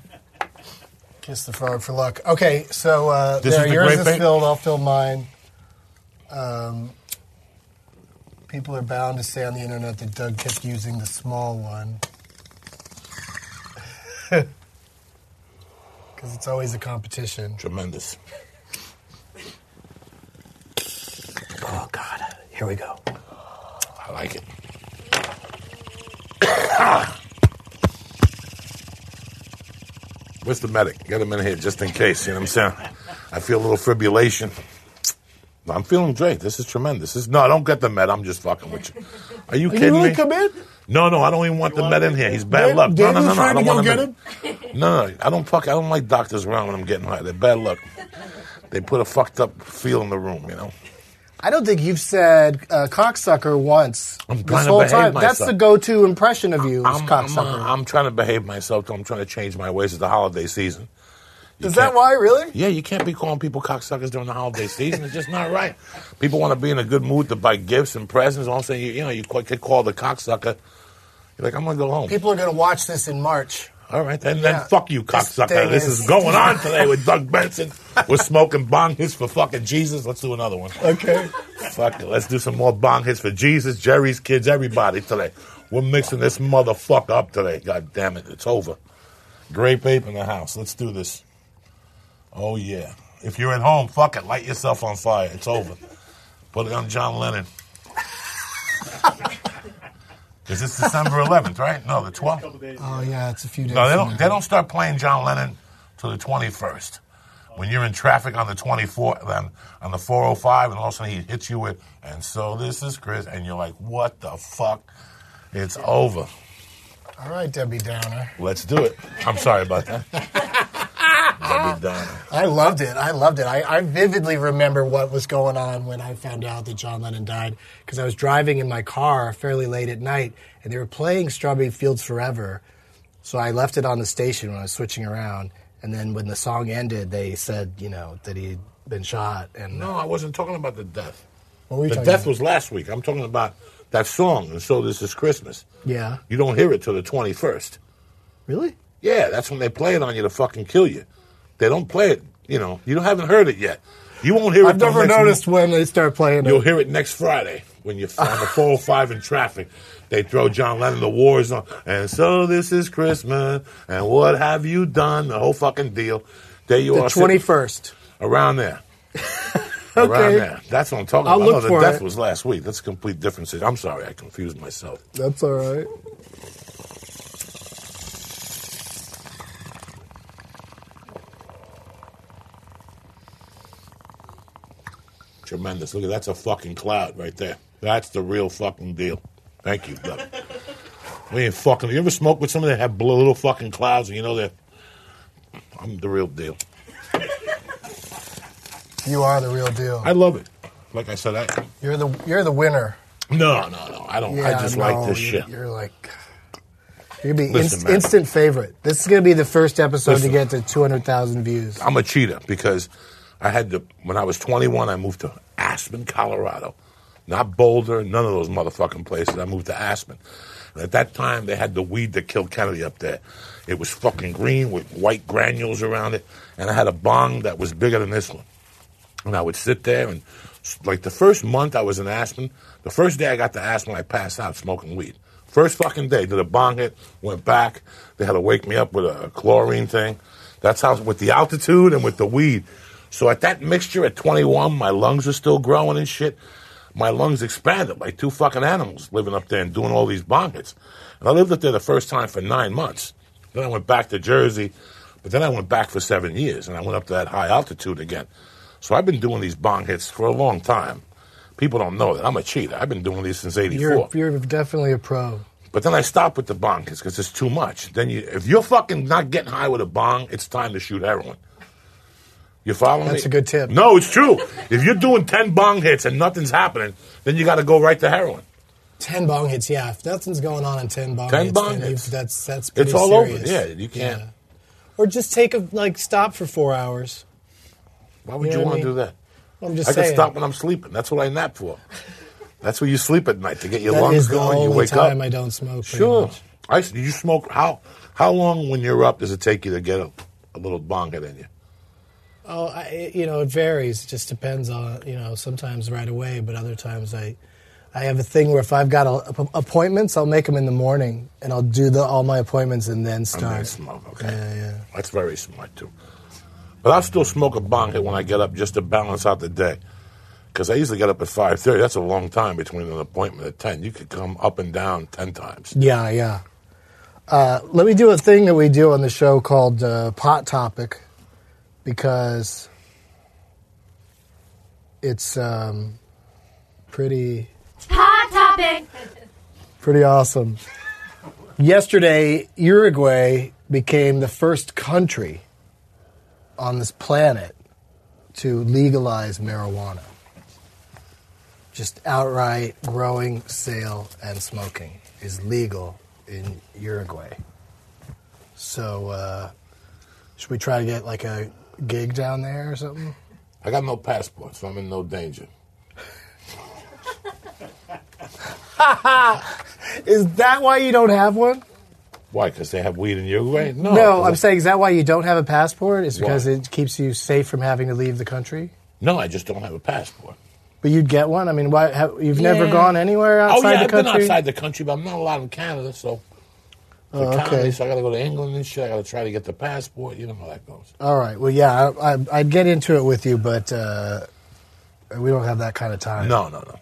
A: Kiss the frog for luck. Okay, so uh,
B: This
A: there,
B: is the
A: yours
B: grape
A: is
B: bait?
A: filled. I'll fill mine. Um, people are bound to say on the internet that Doug kept using the small one because it's always a competition.
B: Tremendous.
A: Oh God, here we go.
B: I like it. Where's the medic? Get him in here just in case. You know what I'm saying? I feel a little fibrillation. No, I'm feeling great. This is tremendous. This, no, I don't get the med. I'm just fucking with you. Are you kidding me?
A: in?
B: No, no, I don't even want the med in here. He's bad
A: Dan-
B: luck. No,
A: Dan
B: no,
A: was
B: no, no. I
A: trying to
B: don't
A: go
B: want
A: get
B: him. in. No, no, I don't fuck. I don't like doctors around when I'm getting high. They're bad luck. They put a fucked up feel in the room. You know.
A: I don't think you've said uh, cocksucker once
B: I'm
A: this
B: trying to
A: whole
B: behave
A: time. That's
B: myself.
A: the go-to impression of you, is
B: I'm, I'm,
A: cocksucker.
B: uh, I'm trying to behave myself. I'm trying to change my ways. It's the holiday season. You
A: is that
B: can't-
A: why? Really?
B: Yeah, you can't be calling people cocksuckers during the holiday season. It's just not right. People want to be in a good mood to buy gifts and presents. I'm saying, you, you know, you qu- could call the cocksucker. You're like, I'm going to go home.
A: People are going to watch this in March.
B: All right, then, then
A: Yeah.
B: fuck you,
A: This
B: cocksucker.
A: thing
B: This,
A: is-
B: is going on today with Doug Benson. We're smoking bong hits for fucking Jesus. Let's do another one.
A: Okay.
B: Fuck it. Let's do some more bong hits for Jesus, Jerry's kids, everybody today. We're mixing this motherfucker up today. God damn it. It's over. Grape ape in the house. Let's do this. Oh, yeah. If you're at home, fuck it. Light yourself on fire. It's over. Put it on John Lennon. Because it's December 11th, right? No, the 12th.
A: Oh yeah, it's a few days.
B: No, they don't. They don't start playing John Lennon till the twenty first. When you're in traffic on the twenty four, then on the four hundred five, and all of a sudden he hits you with, and so this is Chris, and you're like, what the fuck? It's over.
A: All right, Debbie Downer.
B: Let's do it. I'm sorry about that. Debbie Downer.
A: I loved it. I loved it. I, I vividly remember what was going on when I found out that John Lennon died because I was driving in my car fairly late at night and they were playing Strawberry Fields Forever. So I left it on the station when I was switching around. And then when the song ended, they said, you know, that he'd been shot. And
B: No, I wasn't talking about the death.
A: What were you
B: the
A: talking
B: death
A: about?
B: was last week. I'm talking about that song, and so this is Christmas.
A: Yeah.
B: You don't hear it till the twenty first.
A: Really?
B: Yeah, that's when they play it on you to fucking kill you. They don't play it, you know. You don't haven't heard it yet. You won't hear it.
A: I've
B: till
A: never
B: next
A: noticed
B: mo-
A: when they start playing
B: You'll
A: it.
B: hear it next Friday when you're on the 405 in traffic. They throw John Lennon the wars on, and so this is Christmas, and what have you done? The whole fucking deal. There you
A: The
B: are, sitting
A: 21st.
B: around there. Around
A: Okay.
B: there. That's what I'm talking
A: I'll
B: about.
A: look
B: no, the
A: for
B: death
A: it.
B: was last week. That's a complete different. situation. I'm sorry, I confused myself.
A: That's all right.
B: Tremendous. Look at that's a fucking cloud right there. That's the real fucking deal. Thank you, Doug. we ain't fucking. You ever smoke with somebody that have blue little fucking clouds and you know that I'm the real deal.
A: You are the real deal.
B: I love it. Like I said, I
A: You're the you're the winner.
B: no, no, no. I don't. I just
A: no,
B: like this
A: you're-
B: shit.
A: You're like, you're gonna be
B: Listen,
A: inst-
B: man.
A: instant favorite. This is gonna be the first episode
B: Listen.
A: to get to 200,000 views.
B: I'm a cheater because I had to. When I was 21, I moved to Aspen, Colorado, not Boulder, none of those motherfucking places. I moved to Aspen. And at that time, they had the weed that killed Kennedy up there. It was fucking green with white granules around it, and I had a bong that was bigger than this one. And I would sit there and, s- like, the first month I was in Aspen, the first day I got to Aspen, I passed out smoking weed. First fucking day, did a bong hit, went back. They had to wake me up with a chlorine thing. That's how, with the altitude and with the weed. So at that mixture at 21, my lungs were still growing and shit. My lungs expanded like two fucking animals living up there and doing all these bong hits. And I lived up there the first time for nine months. Then I went back to Jersey, but then I went back for seven years and I went up to that high altitude again. So I've been doing these bong hits for a long time. People don't know that I'm a cheater. I've been doing these since '84.
A: You're, you're definitely a pro.
B: But then I stop with the bong because it's too much. Then you, if you're fucking not getting high with a bong, it's time to shoot heroin. You following me?
A: That's a good tip.
B: No, it's true. if you're doing ten bong hits and nothing's happening, then you got to go right to heroin.
A: Ten bong hits, yeah. If nothing's going on in ten bong
B: 10
A: hits,
B: bong
A: then
B: hits.
A: you- that's that's pretty
B: It's all
A: serious.
B: over. Yeah, you can't.
A: Yeah. Or just take a like stop for four hours.
B: Why would
A: You
B: you,
A: know what I mean?
B: want to do that?
A: I'm just
B: I
A: saying.
B: can stop when I'm sleeping. That's what I nap for. That's where you sleep at night to get your
A: That
B: lungs
A: is the
B: going.
A: only
B: You wake
A: time
B: up.
A: I don't smoke. pretty
B: Sure.
A: much.
B: I s- you smoke how how long when you're up does it take you to get a, a little bong hit in you?
A: Oh, I, it- you know, it varies. It just depends on you know. Sometimes right away, but other times I, I have a thing where if I've got a, appointments, I'll make them in the morning, and I'll do the, all my appointments and then
B: And
A: start.
B: then smoke. Okay.
A: Yeah, yeah.
B: That's very smart too. But I'll still smoke a bong hit when I get up just to balance out the day. Because I usually get up at five thirty. That's a long time between an appointment at ten. You could come up and down ten times.
A: Yeah, yeah. Uh, let me do a thing that we do on the show called uh, Pot Topic because it's um, pretty
F: Hot topic.
A: pretty awesome. Yesterday, Uruguay became the first country on this planet to legalize marijuana. Just outright growing, sale, and smoking is legal in Uruguay. So, uh, should we try to get like a gig down there or something?
B: I got no passport, so I'm in no danger.
A: Is that why you don't have one?
B: Why? Because they have weed in Uruguay? No.
A: No,
B: 'cause
A: I'm
B: I-
A: saying is that why you don't have a passport? Is because
B: Oh, Why?
A: it keeps you safe from having to leave the country?
B: No, I just don't have a passport.
A: But you'd get one. I mean, why? Have, you've never
B: Yeah.
A: gone anywhere outside
B: oh yeah,
A: the country. Oh,
B: I've been outside the country, but I'm not allowed in Canada, so. For
A: okay.
B: comedy, so I got to go to England and shit. I got to try to get the passport. You know how that goes.
A: All right. Well, yeah, I, I, I'd get into it with you, but uh, we don't have that kind of time.
B: No, no, no.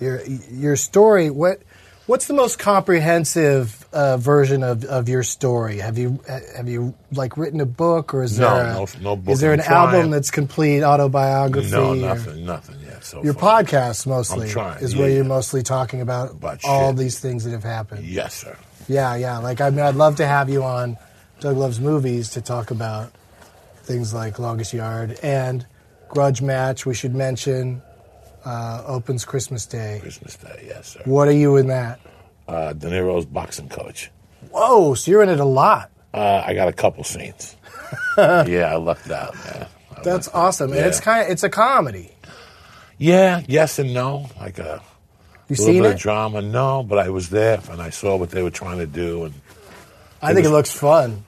A: Your your story. What what's the most comprehensive uh, version of, of your story? Have you have you like written a book or is
B: No,
A: there a,
B: no- no book.
A: Is there
B: I'm
A: an
B: trying.
A: album that's complete autobiography?
B: No,
A: or-
B: nothing, nothing. Yeah, so
A: Your
B: far.
A: podcast mostly
B: I'm trying,
A: is
B: yeah,
A: where you're
B: yeah.
A: mostly talking about,
B: About
A: all
B: shit.
A: these things that have happened.
B: Yes, sir.
A: Yeah, yeah. Like I mean, I'd love to have you on Doug Loves Movies to talk about things like Longest Yard and Grudge Match. We should mention uh, opens Christmas Day.
B: Christmas Day. Yes, sir.
A: What are you in that?
B: Uh, De Niro's boxing coach.
A: Whoa! So you're in it a lot.
B: Uh, I got a couple scenes. yeah, I lucked out. Man. I
A: That's
B: lucked out.
A: awesome, and
B: Yeah.
A: it's kind of it's a comedy.
B: Yeah, yes and no. Like a
A: You
B: little
A: seen
B: bit of
A: it?
B: drama. No, but I was there and I saw what they were trying to do, and
A: I think it looks fun.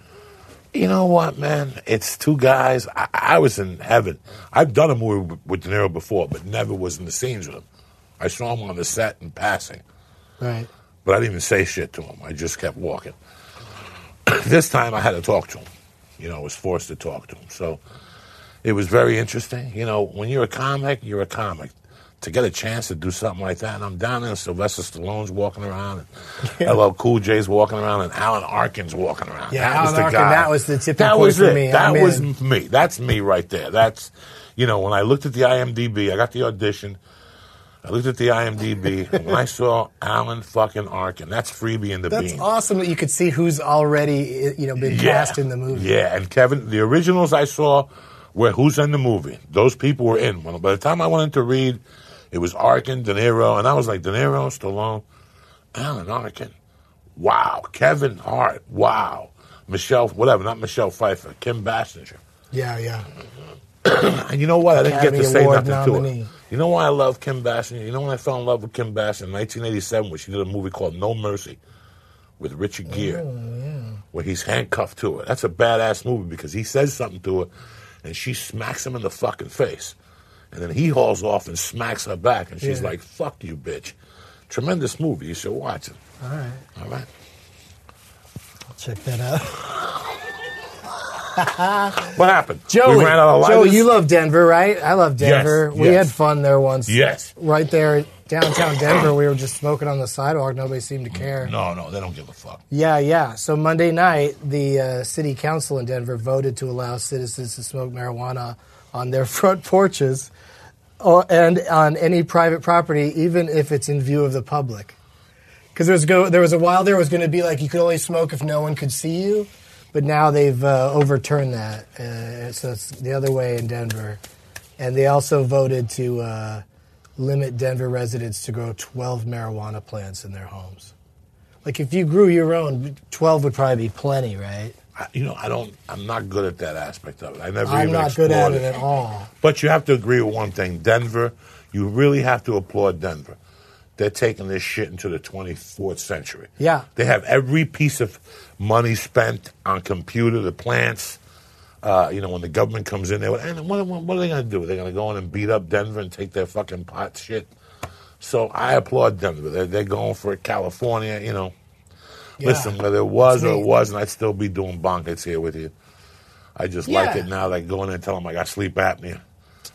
B: You know what, man? It's two guys. I, I was in heaven. I've done a movie with- with De Niro before, but never was in the scenes with him. I saw him on the set in passing,
A: Right.
B: but I didn't even say shit to him. I just kept walking. this time I had to talk to him. You know, I was forced to talk to him. So it was very interesting. You know, when you're a comic, you're a comic. To get a chance to do something like that, and I'm down there, and Sylvester Stallone's walking around, and LL Cool J's walking around, and Alan Arkin's walking around.
A: Yeah,
B: that was
A: Alan
B: the
A: Arkin,
B: guy.
A: that was the tipping
B: that
A: point
B: was
A: for
B: it.
A: me.
B: That
A: I'm
B: was
A: in.
B: me. That's me right there. That's, you know, when I looked at the IMDb, I got the audition. I looked at the IMDb, and when I saw Alan fucking Arkin, that's Freebie and the
A: That's
B: Bean.
A: awesome that you could see who's already you know been cast in the movie.
B: Yeah, and Kevin, the originals I saw were who's in the movie. Those people were in. When, by the time I went in to read, it was Arkin, De Niro, and I was like, De Niro, Stallone, Alan Arkin. Wow. Kevin Hart. Wow. Michelle, whatever, not Michelle Pfeiffer, Kim Bassinger.
A: Yeah, yeah.
B: And you know what? I didn't
A: Academy
B: get to say
A: Award
B: nothing to
A: nominee.
B: her. You know why I love Kim Bassinger? You know when I fell in love with Kim Bassinger in 1987 when she did a movie called No Mercy with Richard Gere,
A: Oh,
B: where he's handcuffed to her. That's a badass movie because he says something to her, and she smacks him in the fucking face, and then he hauls off and smacks her back, and she's
A: Yeah.
B: like, "Fuck you, bitch." Tremendous movie. You should watch it.
A: All right.
B: All right.
A: Check that out.
B: What happened?
A: Joey,
B: we ran out of lighters?
A: Joey, you love Denver, right? I love Denver. we
B: yes.
A: had fun there once.
B: Yes.
A: Right there, downtown Denver, we were just smoking on the sidewalk. Nobody seemed to care.
B: No, no, they don't give a fuck.
A: Yeah, yeah. So Monday night, the uh, city council in Denver voted to allow citizens to smoke marijuana on their front porches uh, or, and on any private property, even if it's in view of the public. because there was go there was a while there was going to be like you could only smoke if no one could see you, but now they've uh, overturned that, uh, so it's the other way in Denver, and they also voted to uh, limit Denver residents to grow 12 marijuana plants in their homes. Like if you grew your own, 12 would probably be plenty, right?
B: I, you know, I don't. I'm not good at that aspect of it. I never.
A: I'm
B: even
A: not good at
B: explored
A: it at all.
B: But you have to agree with one thing: Denver. You really have to applaud Denver. They're taking this shit into the 24th century.
A: Yeah.
B: they have every piece of money spent on computer, the plants. Uh, you know, when the government comes in there, and what, what, what are they going to do? They're going to go in and beat up Denver and take their fucking pot shit. So I applaud Denver. They're, they're going for it. California. You know, listen, whether it was or it
A: Sweet.
B: wasn't, I'd still be doing bonkers here with you. I just like
A: Yeah.
B: it now. Like go in there and tell them I got sleep apnea.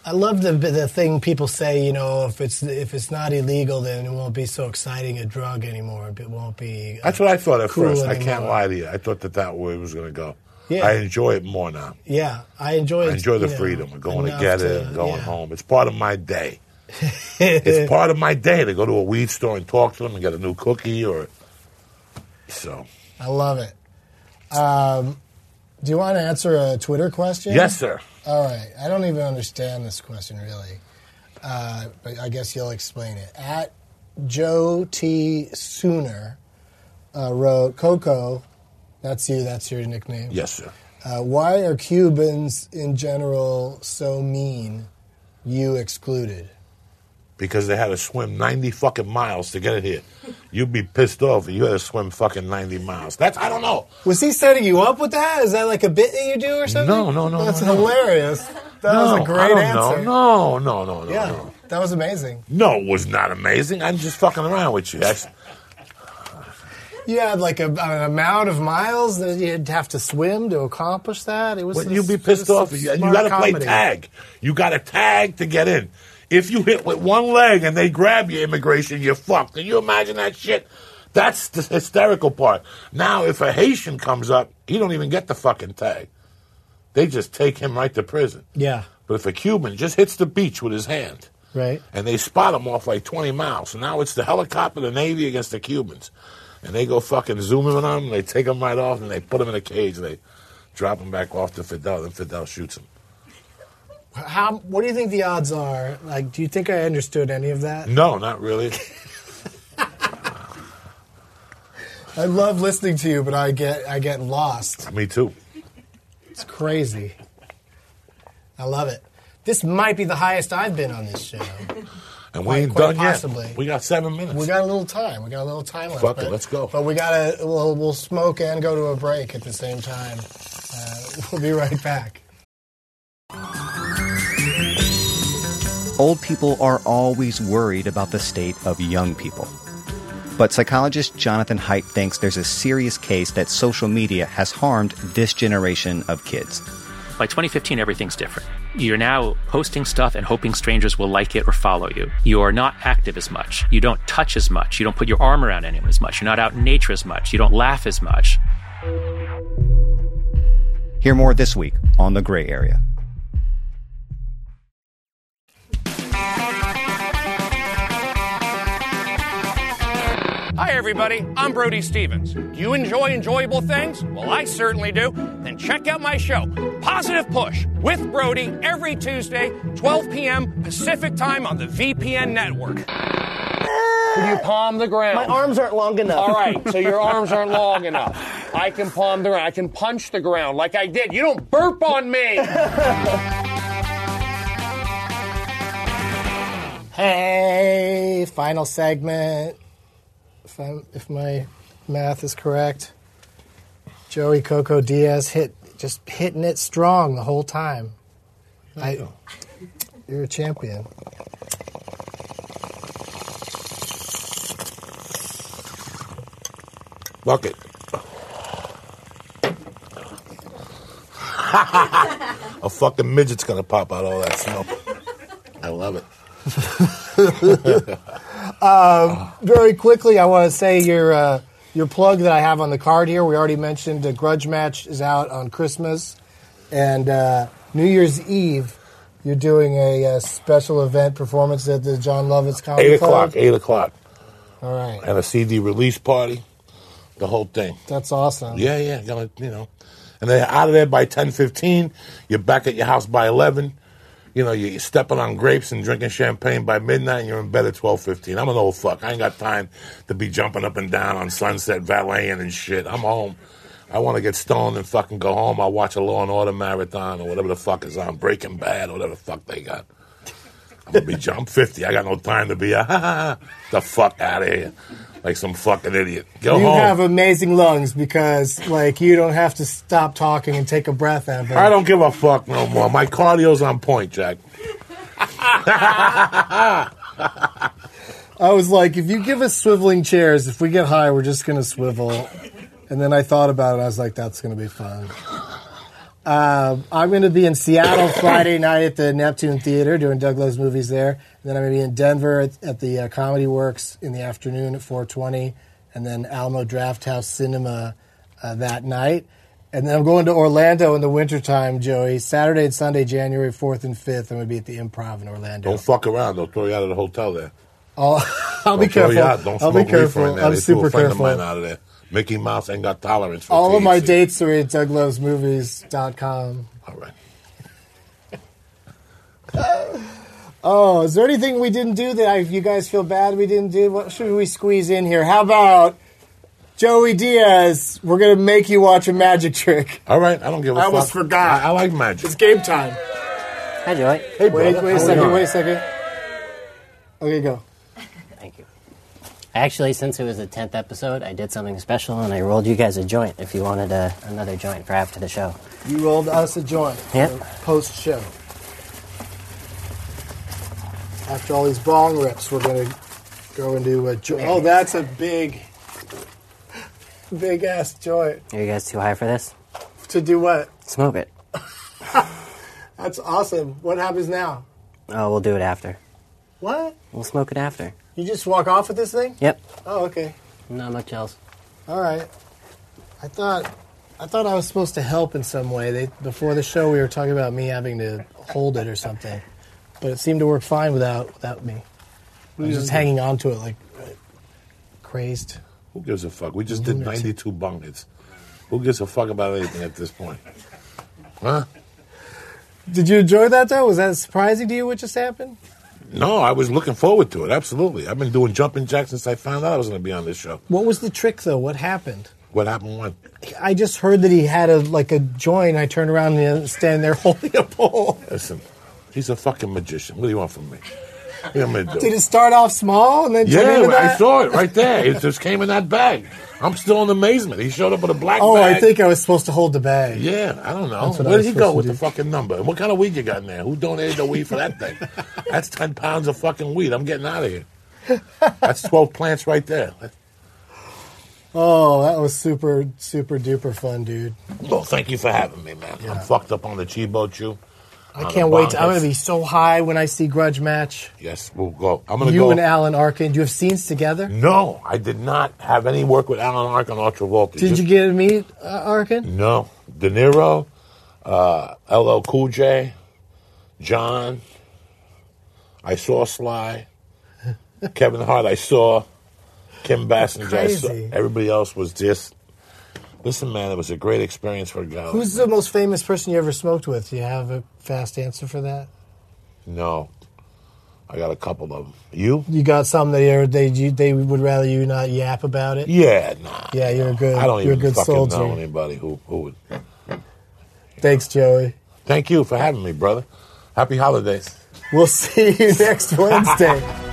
A: I love the the thing people say. You know, if it's if it's not illegal, then it won't be so exciting a drug anymore. It won't be.
B: That's what I thought at
A: Cool
B: first. I
A: anymore.
B: can't lie to you. I thought that that way it was going to go.
A: Yeah.
B: I enjoy it more now.
A: yeah, I enjoy.
B: I
A: it,
B: enjoy the
A: you know,
B: freedom of going to
A: enough
B: get it
A: to-
B: and going
A: yeah.
B: home. It's part of my day. it's part of my day to go to a weed store and talk to them and get a new cookie or. So
A: I love it. Um, do you want to answer a Twitter question?
B: yes, sir.
A: All right. I don't even understand this question really, uh, but I guess you'll explain it. At Joe T Sooner uh, wrote Coco. That's you. That's your nickname.
B: Yes, sir.
A: Uh, why are Cubans in general so mean? You excluded.
B: Because they had to swim ninety fucking miles to get it here. You'd be pissed off if you had to swim fucking ninety miles. That's I don't know.
A: Was he setting you up with that? Is that like a bit that you do or something?
B: No, no, no,
A: That's
B: no, no.
A: hilarious. That
B: no,
A: was a
B: I
A: great
B: don't
A: answer.
B: Know. No, no, no, no,
A: Yeah,
B: no.
A: that was amazing.
B: No, it was not amazing. I'm just fucking around with you. That's,
A: You had like a, an amount of miles that you'd have to swim to accomplish that. It was.
B: wouldn't
A: a-
B: you be pissed
A: it was a
B: off? You, you
A: smart
B: got to play
A: comedy.
B: tag. You got to tag to get in. If you hit with one leg and they grab your immigration, you're fucked. Can you imagine that shit? That's the hysterical part. Now, if a Haitian comes up, he don't even get the fucking tag. They just take him right to prison.
A: Yeah.
B: But if a Cuban just hits the beach with his hand,
A: Right.
B: and they spot him off like 20 miles. So now it's the helicopter, the Navy against the Cubans. And they go fucking zooming on them, and they take them right off, and they put them in a cage, and they drop them back off to Fidel, and Fidel shoots him.
A: How? What do you think the odds are? Like, do you think I understood any of that?
B: No, not really.
A: I love listening to you, but I get I get lost.
B: Me too.
A: It's crazy. I love it. This might be the highest I've been on this show.
B: And we
A: Quite-
B: ain't
A: quite
B: done
A: possibly.
B: yet. We got seven minutes.
A: We got a little time. We got a little time left.
B: Fuck it,
A: but-
B: let's go.
A: But we gotta. We'll, we'll smoke and go to a break at the same time. Uh, we'll be right back.
H: Old people are always worried about the state of young people. But psychologist Jonathan Haidt thinks there's a serious case that social media has harmed this generation of kids.
I: By 2015, everything's different. You're now posting stuff and hoping strangers will like it or follow you. You are not active as much. You don't touch as much. You don't put your arm around anyone as much. You're not out in nature as much. You don't laugh as much.
H: Hear more this week on The Gray Area.
F: Hi, everybody. I'm Brody Stevens. Do you enjoy enjoyable things? Well, I certainly do. Then check out my show, Positive Push, with Brody every Tuesday, 12 p.m. Pacific time on the VPN network. Can you palm the ground?
G: My arms aren't long enough.
F: All right, so your arms aren't long enough. I can palm the ground. I can punch the ground like I did. You don't burp on me.
A: Hey, final segment. If, I'm, if my math is correct, Joey Coco Diaz hit just hitting it strong the whole time. I, you're a champion.
B: Fuck it. a fucking midget's going to pop out all that smoke. I love it.
A: Very quickly, I want to say your uh, your plug that I have on the card here. We already mentioned the grudge match is out on Christmas, and uh, New Year's Eve. You're doing a, uh special event performance at the John Lovitz Comedy
B: Eight
A: Club.
B: o'clock, eight o'clock.
A: All right.
B: and a CD release party, the whole thing.
A: That's awesome.
B: Yeah, yeah, gonna you know, and then out of there by ten fifteen, you're back at your house by eleven. You know, you're stepping on grapes and drinking champagne by midnight, and you're in bed at twelve fifteen. I'm an old fuck. I ain't got time to be jumping up and down on Sunset valeting and shit. I'm home. I want to get stoned and fucking go home. I'll watch a Law and Order marathon or whatever the fuck is on Breaking Bad or whatever the fuck they got. I'm gonna be jump fifty. I got no time to be a ha ha ha. The fuck out of here, like some fucking idiot. Go
A: you
B: home.
A: have amazing lungs because, like, you don't have to stop talking and take a breath ever.
B: I don't give a fuck no more. My cardio's on point, Jack.
A: I was like, if you give us swiveling chairs, if we get high, we're just gonna swivel. And then I thought about it. I was like, that's gonna be fun. Um, I'm gonna be in Seattle Friday night at the Neptune Theater doing Doug Love's movies there. And then I'm gonna be in Denver at, at the uh, Comedy Works in the afternoon at 4:20, and then Alamo Draft House Cinema uh, that night. And then I'm going to Orlando in the wintertime, Joey. Saturday and Sunday, January 4th and 5th, I'm gonna be at the Improv in Orlando.
B: Don't fuck around. They'll throw you out of the hotel there.
A: I'll, I'll be
B: They'll throw you
A: careful.
B: out. Don't
A: I'll
B: smoke
A: be
B: weed
A: careful.
B: for in there.
A: I'm
B: They threw
A: super
B: a friend
A: careful.
B: of mine out of there. Mickey Mouse ain't got tolerance for
A: All of my
B: THC.
A: dates are at douglovesmovies.com.
B: All right.
A: Oh, is there anything we didn't do that I, you guys feel bad we didn't do? What should we squeeze in here? How about Joey Diaz? We're going to make you watch a magic trick.
B: All right. I don't give a
J: I
B: fuck.
J: almost forgot.
B: I, I like magic.
J: It's game time.
G: Hi, Joey.
B: Hey,
A: Wait, wait
B: brother, how
A: a
B: we
A: second,
B: doing?
A: wait a second. Okay, go.
G: Thank you. Actually, since it was the 10th episode, I did something special and I rolled you guys a joint if you wanted a, another joint for after the show.
A: You rolled us a joint.
G: Yep.
A: Post show. After all these bong rips, we're going to go into a joint. Oh, that's a big, big ass joint.
G: Are you guys too high for this?
A: To do what?
G: Smoke it.
A: That's awesome. What happens now?
G: Oh, we'll do it after.
A: What?
G: We'll smoke it after.
A: You just walk off with this thing?
G: Yep.
A: Oh, okay.
G: Not much else.
A: All right. I thought I thought I was supposed to help in some way. They before the show we were talking about me having to hold it or something. But it seemed to work fine without without me. I was just hanging on to it like crazed.
B: Who gives a fuck? We just did 92 bunkets. Who gives a fuck about anything at this point? Huh?
A: Did you enjoy that though? Was that surprising to you what just happened?
B: No, I was looking forward to it. Absolutely. I've been doing jumping jacks since I found out I was going to be on this show.
A: What was the trick though? What happened?
B: What happened when?
A: I just heard that he had a like a joint. I turned around and he's standing there holding a pole.
B: Listen, he's a fucking magician. What do you want from me? What am I gonna do?
A: Did it start off small and then turn
B: Yeah,
A: into
B: I
A: that?
B: saw it right there. It just came in that bag. I'm still in amazement. He showed up with a black
A: Oh,
B: bag.
A: I think I was supposed to hold the bag.
B: Yeah, I don't know.
A: That's what I
B: Where
A: was
B: did he go
A: supposed to
B: with
A: do.
B: the fucking number? And what kind of weed you got in there? Who donated the weed for that thing? That's 10 pounds of fucking weed. I'm getting out of here. That's 12 plants right there.
A: Oh, that was super, super duper fun, dude.
B: Well, thank you for having me, man. I'm fucked up on the Chibo Chew.
A: I can't wait. To, I'm going to be so high when I see Grudge Match.
B: Yes, we'll go. I'm going to
A: you
B: go. Mm.
A: and Alan Arkin, do you have scenes together?
B: No, I did not have any work with Alan Arkin or Travolta.
A: Did you get to meet uh, Arkin?
B: No. De Niro, uh, LL Cool J, John. I saw Sly. Kevin Hart, I saw. Kim Bassinger, I saw.
A: Crazy.
B: Everybody else was just. Listen, man, it was a great experience for a guy. like
A: Who's
B: me.
A: the most famous person you ever smoked with? Do you have a fast answer for that?
B: No. I got a couple of them. You?
A: You got some that you're, they you, they would rather you not yap about it.
B: Yeah, nah.
A: Yeah, you're a good.
B: I don't
A: you're
B: even
A: a good
B: fucking
A: soldier.
B: know anybody who, who would.
A: Thanks, Joey.
B: Thank you for having me, brother. Happy holidays.
A: We'll see you next Wednesday.